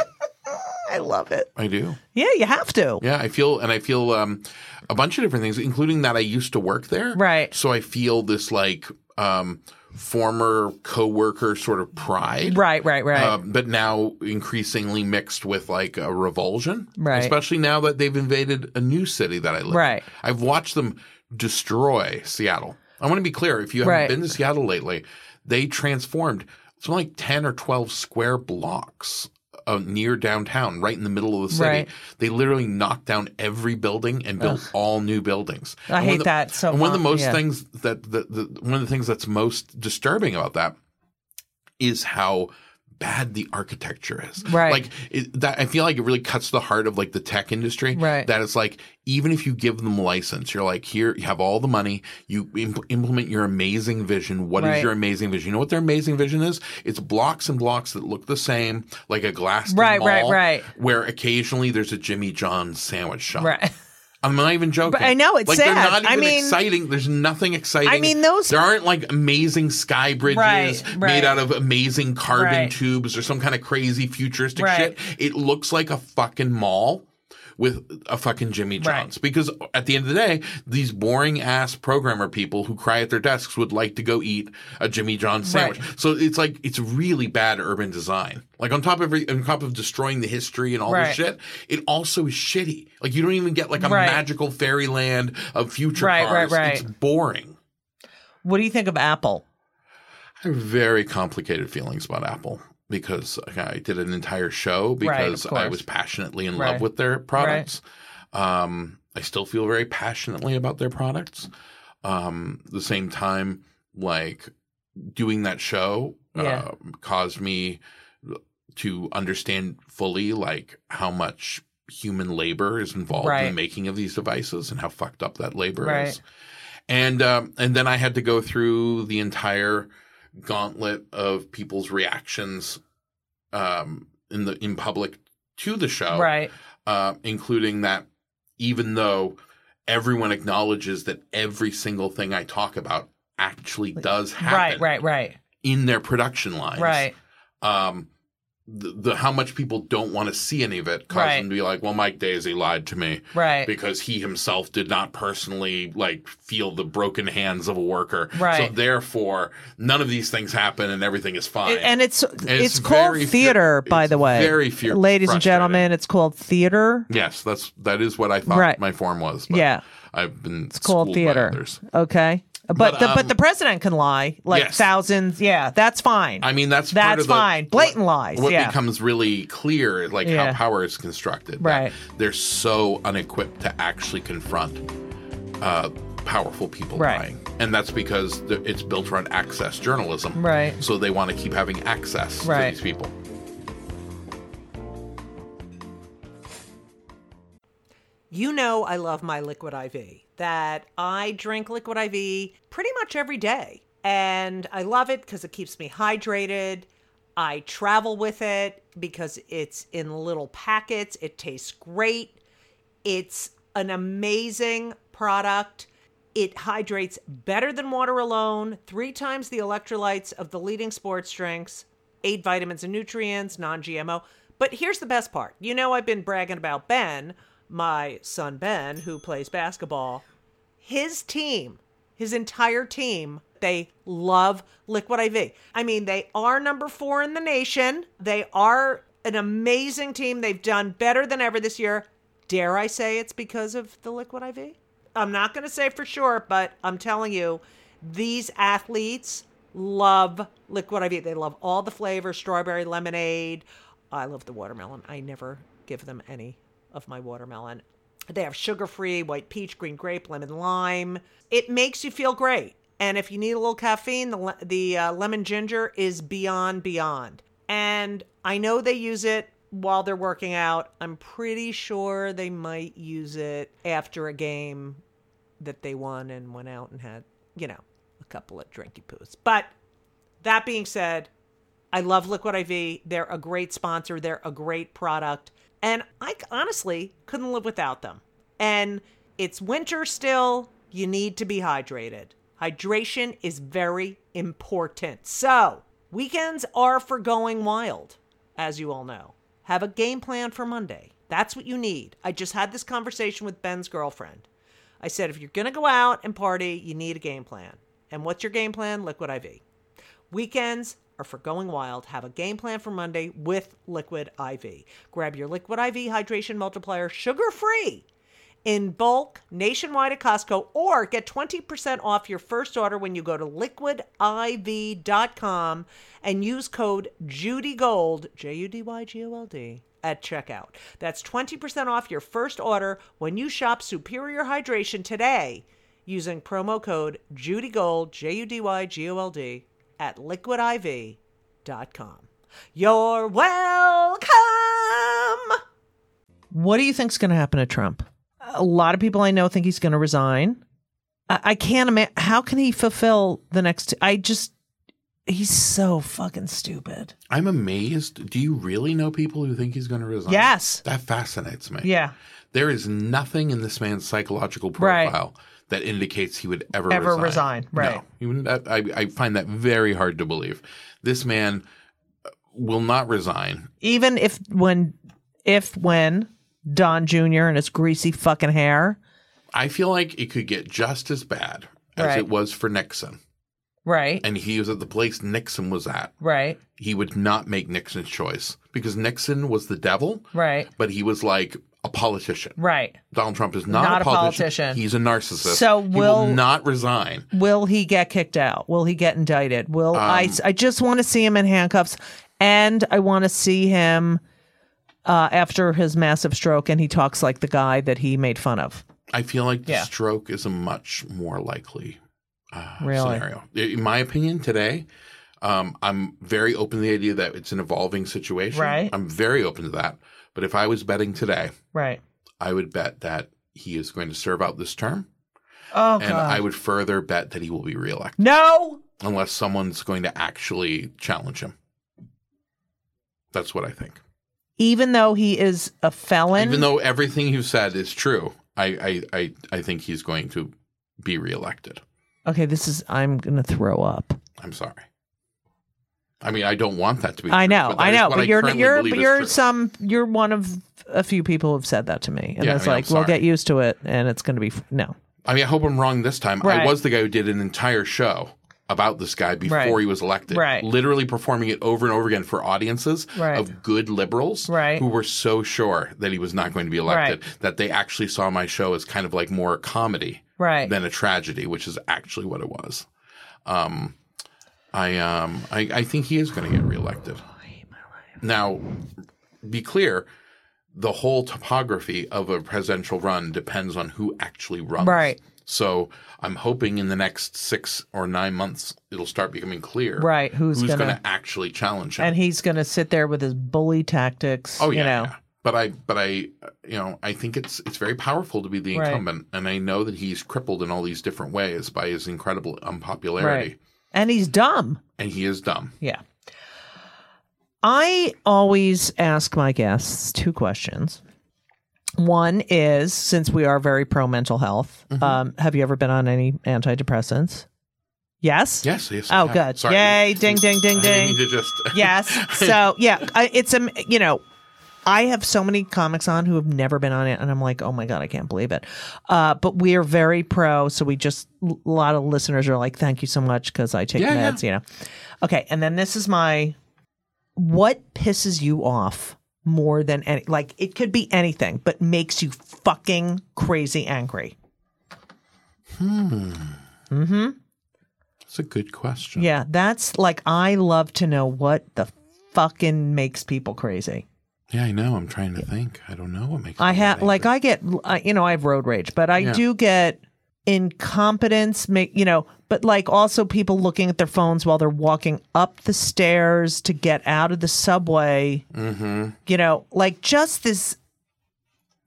I love it.
I do.
Yeah, you have to.
Yeah, I feel and I feel um, a bunch of different things, including that I used to work there.
Right.
So I feel this like um, former coworker sort of pride.
Right, right, right.
Uh, but now increasingly mixed with like a revulsion,
Right.
Especially now that they've invaded a new city that I live. in.
Right.
I've watched them destroy Seattle. I want to be clear: if you haven't
Right.
been to Seattle lately, they transformed something like ten or twelve square blocks uh, near downtown, right in the middle of the city.
Right.
They literally knocked down every building and built all new buildings.
I
And one
hate
of the-
that so
And one of the
much,
most
yeah.
things that the, the one of the things that's most disturbing about that is how bad the architecture is.
Right.
Like it, that, I feel like it really cuts to the heart of like the tech industry.
Right.
That it's like even if you give them license, you're like here you have all the money, you imp- implement your amazing vision. What is
Right.
your amazing vision? You know what their amazing vision is? It's blocks and blocks that look the same, like a glass
Right, right,
mall,
right.
Where occasionally there's a Jimmy John's sandwich
*laughs*
shop.
right.
I'm not even joking.
But I know, it's
like, They're
sad.
not even
I mean-
exciting. There's nothing exciting.
I mean, those-
there aren't like amazing sky bridges
Right, right.
made out of amazing carbon
Right.
tubes or some kind of crazy futuristic
Right.
shit. It looks like a fucking mall with a fucking Jimmy
Right.
John's because at the end of the day, these boring ass programmer people who cry at their desks would like to go eat a Jimmy John's
Right.
sandwich. So it's like it's really bad urban design. Like on top of every, on top of destroying the history and all
Right.
this shit, it also is shitty. Like you don't even get like a
Right.
magical fairyland of future
Right,
cars.
right, right.
It's boring.
What do you think of Apple?
I have very complicated feelings about Apple because okay, I did an entire show because I
course.
was passionately in
Right.
love with their products. Um, I still feel very passionately about their products. Um, at the same time, like doing that show
Yeah.
uh, caused me to understand fully like how much human labor is involved in
Right.
the making of these devices and how fucked up that labor
Right.
is and um, and then I had to go through the entire gauntlet of people's reactions um, in the in public to the show,
Right.
uh, including that even though everyone acknowledges that every single thing I talk about actually does
Right,
happen
right, right.
in their production lines,
Right.
Um, the, the how much people don't want to see any of it caused
Right.
them to be like, "Well, Mike Daisy lied to me."
Right.
because he himself did not personally like feel the broken hands of a worker.
Right.
So therefore, none of these things happen and everything is fine.
It- and it's it's,
it's
called
very fear-
theater, by
it's
the way.
very fear-
Ladies and
frustrating.
gentlemen, it's called theater.
yes, that's that is what I thought
Right.
my form was.
Yeah.
I've been it's
called theater. Okay. But
But,
the,
um,
but the president can lie like
yes.
thousands. Yeah, that's fine.
I mean, that's part
that's
of the-
fine. Blatant lies.
What
yeah.
becomes really clear, like
Yeah.
how power is constructed, that
Right.
They're so unequipped to actually confront uh, powerful people
Right.
lying, and that's because th- it's built around access journalism,
Right.
So they want to keep having access
Right.
to these people.
You know, I love my Liquid IV, that I drink Liquid IV pretty much every day. And I love it because it keeps me hydrated. I travel with it because it's in little packets, it tastes great. It's an amazing product. It hydrates better than water alone, three times the electrolytes of the leading sports drinks, eight vitamins and nutrients, non GMO. But here's the best part you know, I've been bragging about Ben, my son Ben, who plays basketball. His team, his entire team, they love Liquid IV. I mean, they are number four in the nation. They are an amazing team. They've done better than ever this year. Dare I say it's because of the Liquid IV? I'm not going to say for sure, but I'm telling you, these athletes love Liquid IV. They love all the flavors strawberry, lemonade. I love the watermelon. I never give them any of my watermelon. They have sugar free, white peach, green grape, lemon lime. It makes you feel great. And if you need a little caffeine, the, le- the uh, lemon ginger is beyond, beyond. And I know they use it while they're working out. I'm pretty sure they might use it after a game that they won and went out and had, you know, a couple of drinky poos. But that being said, I love Liquid IV. They're a great sponsor. They're a great product. And I c- honestly couldn't live without them. And it's winter still. You need to be hydrated. Hydration is very important. So, weekends are for going wild, as you all know.
Have a game plan for Monday. That's what you need. I just had this conversation with Ben's girlfriend. I said, if you're going to go out and party, you need a game plan. And what's your game plan? Liquid IV. Weekends are for going wild. Have a game plan for Monday with Liquid IV. Grab your Liquid IV hydration multiplier, sugar free, in bulk nationwide at Costco, or get 20% off your first order when you go to liquidiv.com and use code JUDYGOLD, J U D Y G O L D. At checkout. That's 20% off your first order when you shop Superior Hydration today using promo code JUDYGOLD, J U D Y G O L D, at liquidiv.com. You're welcome!
What do you think's going to happen to Trump? A lot of people I know think he's going to resign. I, I can't imagine how can he fulfill the next. I just he's so fucking stupid.
I'm amazed. Do you really know people who think he's going to resign?
Yes.
That fascinates me.
Yeah,
There is nothing in this man's psychological
Right.
profile that indicates he would ever
Ever
resign.
resign, right.
No, He wouldn't- that- I, I find that very hard to believe. This man uh, will not resign.
even if when if when Don Jr. and his greasy fucking hair.
I feel like it could get just as bad as
Right.
it was for Nixon,
Right.
and he was at the place Nixon was at.
right.
He would not make Nixon's choice because Nixon was the devil,
Right.
but he was like a politician.
Right.
Donald Trump is not,
Not a
a politician.
politician.
He's a narcissist.
So
he
will-
not resign.
Will he get kicked out? Will he get indicted? Will
Um,
I? I just want to see him in handcuffs, and I want to see him uh, after his massive stroke, and he talks like the guy that he made fun of.
I feel like the
Yeah.
stroke is a much more likely uh,
Really?
scenario. In my opinion, today, um, I'm very open to the idea that it's an evolving situation.
Right.
I'm very open to that. But if I was betting today,
Right.
I would bet that he is going to serve out this term.
Oh
and I would further bet that he will be reelected
no.
unless someone's going to actually challenge him. That's what I think.
Even though he is a felon,
Even though everything you said is true, I, I, I, I think he's going to be reelected.
okay, this is I'm gonna throw up.
I'm sorry. I mean, I don't want that to be.
I
true,
know,
but that
I
is
know,
what
but you're
currently
you're
believe
but
is
you're
true.
some you're one of a few people who've said that to me, and
Yeah, I
it's
mean, I'm
like, well,
sorry.
get used to it, and it's gonna be f- no.
I mean, I hope I'm wrong this time. I
Right.
was the guy who did an entire show about this guy before
Right.
he was elected.
Right.
Literally performing it over and over again for audiences
Right.
of good liberals
Right.
who were so sure that he was not going to be elected that they actually saw my show as kind of like more a comedy
Right.
than a tragedy, which is actually what it was. Um, I um, I, I think he is going to get reelected.
Oh,
Now, be clear. The whole topography of a presidential run depends on who actually runs.
Right.
So I'm hoping in the next six or nine months it'll start becoming clear.
Right, who's
going
gonna-
to actually challenge him?
and he's going to sit there with his bully tactics.
oh yeah,
you know.
yeah. But I, but I, uh, you know, I think it's it's very powerful to be the
Right.
incumbent, and I know that he's crippled in all these different ways by his incredible unpopularity,
Right. And he's dumb.
and he is dumb.
Yeah. I always ask my guests two questions. One is since we are very pro mental health,
Mm-hmm.
um, have you ever been on any antidepressants? Yes.
Yes, yes. I
Oh,
have.
good.
Sorry.
Yay. Ding, ding, ding,
I didn't
ding.
mean to
*laughs*
just. *laughs*
Yes. So yeah, I, it's um, you know, I have so many comics on who have never been on it, and I'm like, oh my god, I can't believe it. Uh, but we are very pro, so we just a lot of listeners are like, thank you so much because I take
Yeah, yeah.
meds, you know. Okay, and then this is my what pisses you off more than any like it could be anything, but makes you fucking crazy angry.
It's a good question.
Yeah, that's like I love to know what the fucking makes people crazy.
Yeah, I know. I'm trying to think. I don't know what makes.
I
me
have
angry.
like I get I- you know I have road rage, but I do get incompetence. Make you know, but like also people looking at their phones while they're walking up the stairs to get out of the subway. Mm-hmm. You know, like just this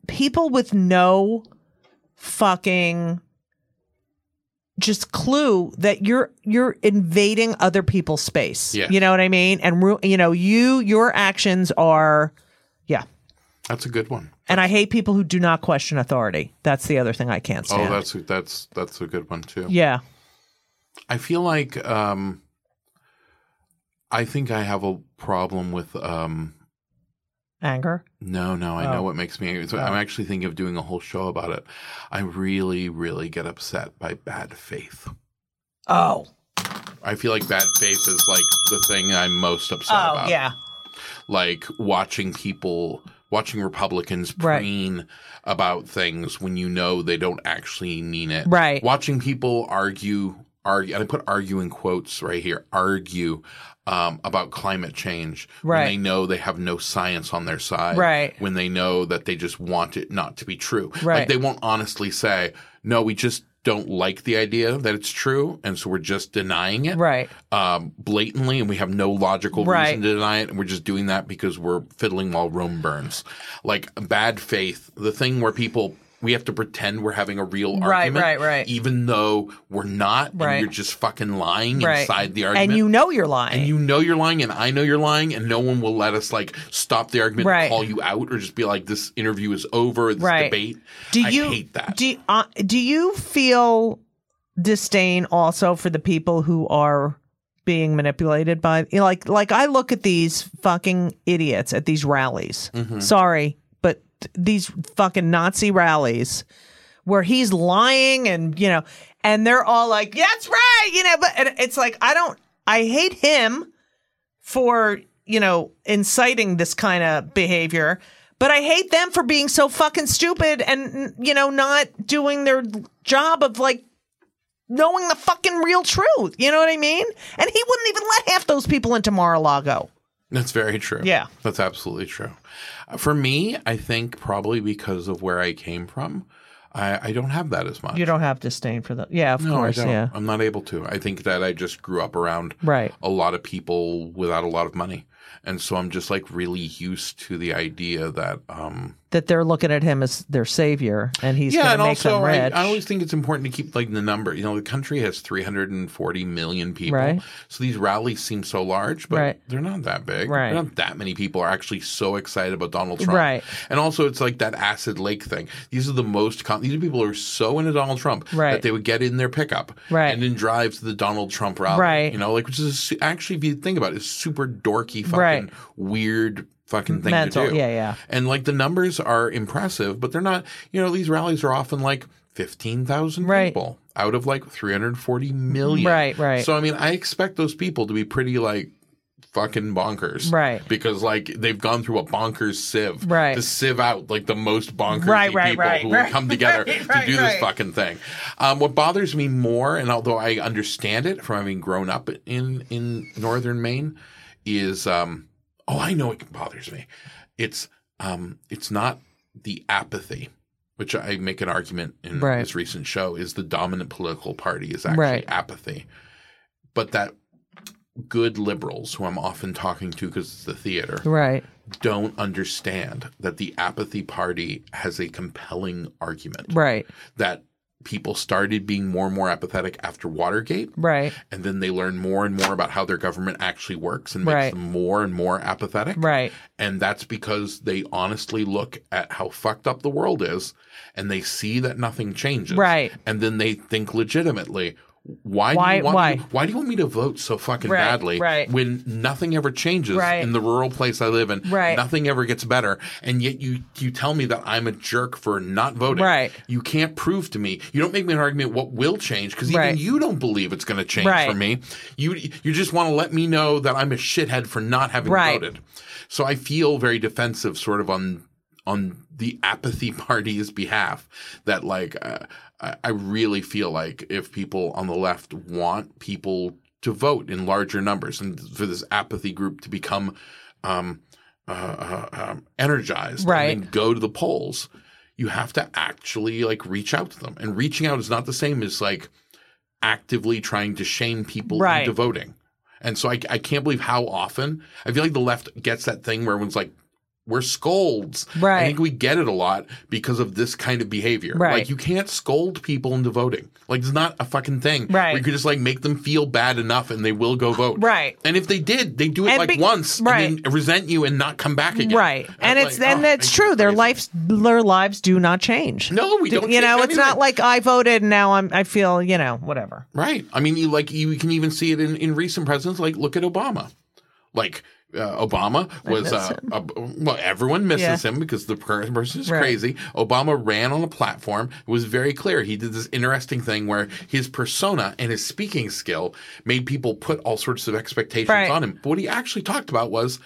people with no fucking just clue that you're you're invading other people's space.
Yeah.
You know what I mean? And ru- you know, you your actions are yeah.
That's a good one.
And I hate people who do not question authority. That's the other thing I can't
Oh,
stand.
that's that's that's a good one too.
yeah.
I feel like um, I think I have a problem with um,
Anger.
No, no, I know what makes me angry. So I'm actually thinking of doing a whole show about it. I really, really get upset by bad faith.
Oh.
I feel like bad faith is like the thing I'm most upset
Oh
about.
yeah.
Like watching people, watching Republicans
Right.
preen about things when you know they don't actually mean it.
Right.
Watching people argue, argue, and I put argue in quotes right here, argue um, about climate change when
Right.
they know they have no science on their side.
Right.
When they know that they just want it not to be true. Like
Right.
they won't honestly say, no, we just don't like the idea that it's true. And so we're just denying it
Right.
um, blatantly, and we have no logical
Right.
reason to deny it, and we're just doing that because we're fiddling while Rome burns. Like bad faith, the thing where people we have to pretend we're having a real
Right,
argument,
right, right.
even though we're not, and
Right.
you're just fucking lying
Right.
inside the argument.
And you know you're lying.
And you know you're lying, and I know you're lying, and no one will let us like stop the argument,
Right.
call you out, or just be like, "This interview is over. This
Right.
debate."
do
I
you
hate that?
Do uh, do you feel disdain also for the people who are being manipulated by you know, like like I look at these fucking idiots at these rallies.
Mm-hmm.
Sorry, but th- these fucking Nazi rallies where he's lying and you know and they're all like that's right you know but and it's like I don't I hate him for you know inciting this kind of behavior but i hate them for being so fucking stupid and you know not doing their job of like knowing the fucking real truth you know what i mean and he wouldn't even let half those people into mar-a-lago
That's very true.
Yeah.
That's absolutely true. Uh, For me, I think probably because of where I came from, I, I don't have that as much.
you don't have disdain for them yeah of
no,
course
I don't.
yeah
I'm not able to. I think that I just grew up around
Right.
a lot of people without a lot of money. And so I'm just like really used to the idea that um
that they're looking at him as their savior and he's
yeah,
gonna
and
make
also
them
I,
rich
I always think it's important to keep like the number. You know, the country has 340 million people,
Right.
so these rallies seem so large, but
Right.
they're not that big.
Right.
not that many people are actually so excited about Donald Trump.
Right.
and also it's like that acid lake thing. These are the most com- these are people who are so into Donald Trump that
Right.
they would get in their pickup
Right.
and then drive to the Donald Trump rally.
Right.
you know, like which is a su- actually if you think about it, it's super dorky, fucking
Right.
weird. Fucking thing
Mental,
to do.
yeah, yeah.
And like the numbers are impressive, but they're not, you know, these rallies are often like 15,000
Right.
people out of like 340 million.
Right, right.
So, I mean, I expect those people to be pretty like fucking bonkers.
Right.
Because like they've gone through a bonkers sieve
Right.
to sieve out like the most bonkers
Right, right, *laughs*
people
right,
who
right.
will come together
Right,
to
right,
do this
right.
fucking thing. Um, what bothers me more, and although I understand it from having grown up in, in northern Maine, is um, oh, I know it bothers me. It's um, it's not the apathy, which I make an argument in
Right.
this recent show is the dominant political party is actually
Right.
apathy, but that good liberals who I'm often talking to because it's the theater
right
don't understand that the apathy party has a compelling argument
right
that people started being more and more apathetic after Watergate
right
and then they learn more and more about how their government actually works and makes
Right.
them more and more apathetic.
right
And that's because they honestly look at how fucked up the world is and they see that nothing changes.
Right.
And then they think legitimately, why, do
Why-
you want
why?
Me, why do you want me to vote so fucking
Right,
badly
right.
when nothing ever changes
Right.
in the rural place I live in?
Right.
Nothing ever gets better. And yet you you tell me that I'm a jerk for not voting.
Right.
You can't prove to me. You don't make me an argument what will change because even
Right.
you don't believe it's going to change
Right.
for me. You you just want to let me know that I'm a shithead for not having
Right.
voted. So I feel very defensive, sort of on on the apathy *laughs* party's behalf. That like uh, I, I really feel like if people on the left want people to vote in larger numbers and for this apathy group to become um, uh, uh, um, energized,
Right.
and then go to the polls. You have to actually like reach out to them, and reaching out is not the same as like actively trying to shame people
Right.
into voting. And so I, I can't believe how often I feel like the left gets that thing where everyone's like, we're scolds. I
Right.
think we get it a lot because of this kind of behavior.
Right.
Like you can't scold people into voting. Like it's not a fucking thing.
Right.
Where you could just like make them feel bad enough and they will go vote.
*laughs* Right.
And if they did, they do it
And
like
be-
once and
right.
then resent you and not come back again.
Right, and it's
like,
and
oh,
that's
it's
true. Their
crazy.
lives, their lives do not change.
No, we
Do-
don't
You know,
change
it's not
anything.
like I voted and now I'm. I feel you know whatever.
Right. I mean, you like you can even see it in in recent presidents. Like, look at Obama. Like uh, Obama was uh, uh, well, everyone misses him because the per- person is
Right.
crazy. Obama ran on a platform. It was very clear. He did this interesting thing where his persona and his speaking skill made people put all sorts of expectations
Right.
on him. But what he actually talked about was.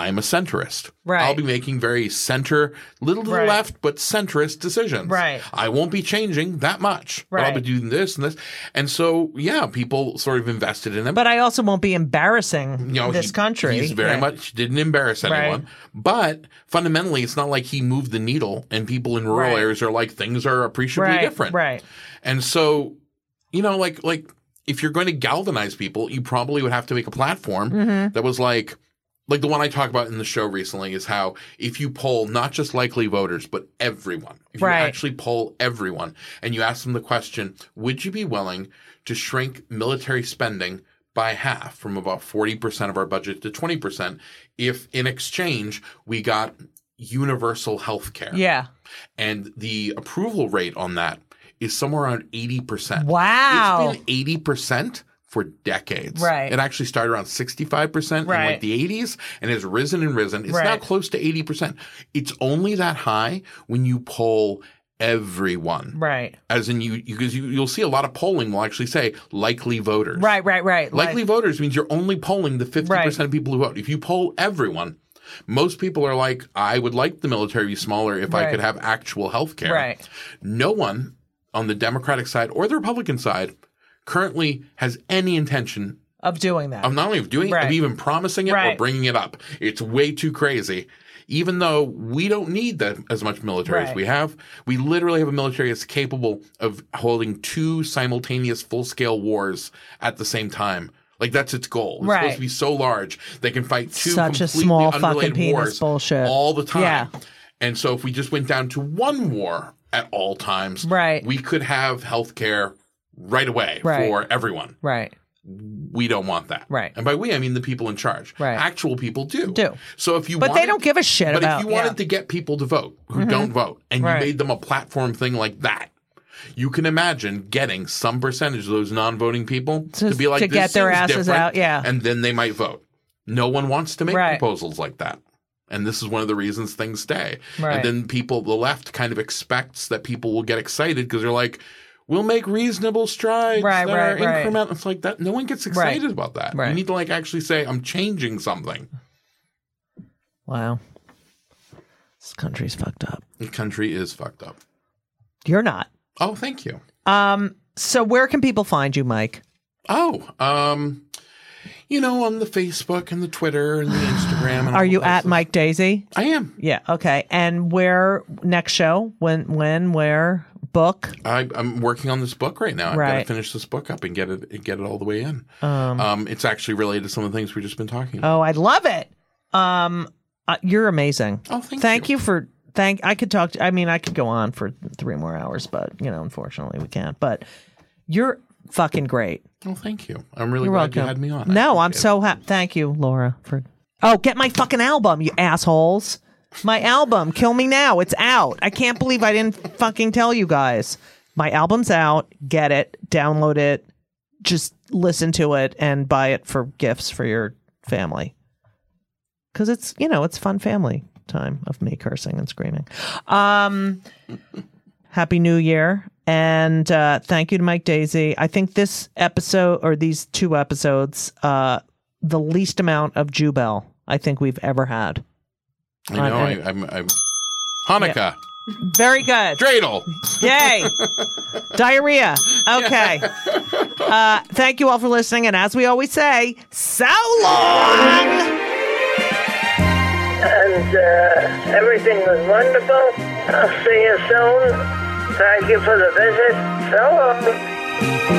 I'm a centrist.
Right.
I'll be making very center, little to the
Right.
left, but centrist decisions.
Right.
I won't be changing that much. But I'll be
Right.
doing this and this. And so, yeah, people sort of invested in him
But I also won't be embarrassing
you know,
this
he-
country.
He's very
Yeah.
much didn't embarrass
Right.
anyone, but fundamentally, it's not like he moved the needle. And people in rural
Right.
areas are like things are appreciably
right,
different,
Right.
And so, you know, like like if you're going to galvanize people, you probably would have to make a platform
Mm-hmm.
that was like. Like the one I talk about in the show recently is how if you poll not just likely voters, but everyone, if
Right.
you actually poll everyone and you ask them the question, would you be willing to shrink military spending by half from about 40% of our budget to 20% if in exchange we got universal health care?
Yeah.
and the approval rate on that is somewhere around 80%.
Wow.
It's been 80% for decades.
Right.
It actually started around 65% in like
Right.
the 80s and has risen and risen. It's now
Right.
close to 80%. It's only that high when you poll everyone.
Right.
As in you because you, you'll see a lot of polling will actually say likely voters.
Right. Right. Right.
Likely
Like-
voters means you're only polling the 50%
Right.
of people who vote. If you poll everyone, most people are like, I would like the military to be smaller if I
Right.
could have actual health care.
Right.
No one on the Democratic side or the Republican side currently has any intention
of doing that.
of not only of doing it, of
Right.
even promising it or
Right.
bringing it up. It's way too crazy. Even though we don't need that as much military as
Right.
we have, we literally have a military that's capable of holding two simultaneous full scale wars at the same time. Like that's its goal. It's supposed
Right.
to be so large they can fight two
Such a
completely
small fucking
unrelated
penis
wars
bullshit.
all the time.
Yeah.
And so if we just went down to one war at all times,
Right.
we could have health care right away
Right.
for everyone
right.
we don't want that.
Right.
And by we, I mean the people in charge.
Right.
Actual people do.
Do.
So if you
But
wanted,
they don't give a shit
But
about-
if you wanted
yeah. Mm-hmm.
to get people to vote who don't vote, and
Right.
you made them a platform thing like that. You can imagine getting some percentage of those non-voting people to,
To-
be like
to
"This
get their
seems
asses
different,"
out, yeah.
and then they might vote. No one wants to make
Right.
proposals like that, and this is one of the reasons things stay.
Right.
And then people, the left, kind of expects that people will get excited because they're like, "We'll make reasonable strides
Right,
that
right,
are
right.
incremental." It's like that. No one gets excited about that. You
Right.
need to like actually say, "I'm changing something."
Wow. This country's fucked up.
The country is fucked up.
You're not.
Oh, thank you.
Um. So where can people find you, Mike?
Oh, um, you know, on the Facebook and the Twitter and the Instagram. And all
Are you
those
at
things.
Mike Daisy?
I am.
Yeah. Okay. And where next show? When? When? Where? Book?
I, I'm working on this book right now. I've got to
Right.
finish this book up and get it and get it all the way in. Um, it's actually related to some of the things we've just been talking about.
Oh, I love it. Um, uh, you're amazing.
Oh, thank
thank you. for thank. I could talk. To, I mean, I could go on for three more hours, but you know, unfortunately, we can't. But you're fucking great.
Oh, thank you. I'm really
You're
glad
welcome.
you had me on. I
No, I'm
appreciate
so happy. Thank you, Laura. For oh, get my fucking album, you assholes. My album, Kill Me Now. It's out. I can't believe I didn't fucking tell you guys. My album's out. Get it. Download it. Just listen to it and buy it for gifts for your family. Cause it's you know it's fun family time of me cursing and screaming. Um, happy New Year. And uh, thank you to Mike Daisy. I think this episode or these two episodes, uh, the least amount of Jubel I think we've ever had.
it. I know. I,
on-
I'm, I'm Hanukkah,
Very good.
dreidel.
Yay. Diarrhea. Okay. Uh, thank you all for listening. And as we always say, so long.
and uh, everything was wonderful. I'll see you soon. Thank you for the visit. So long.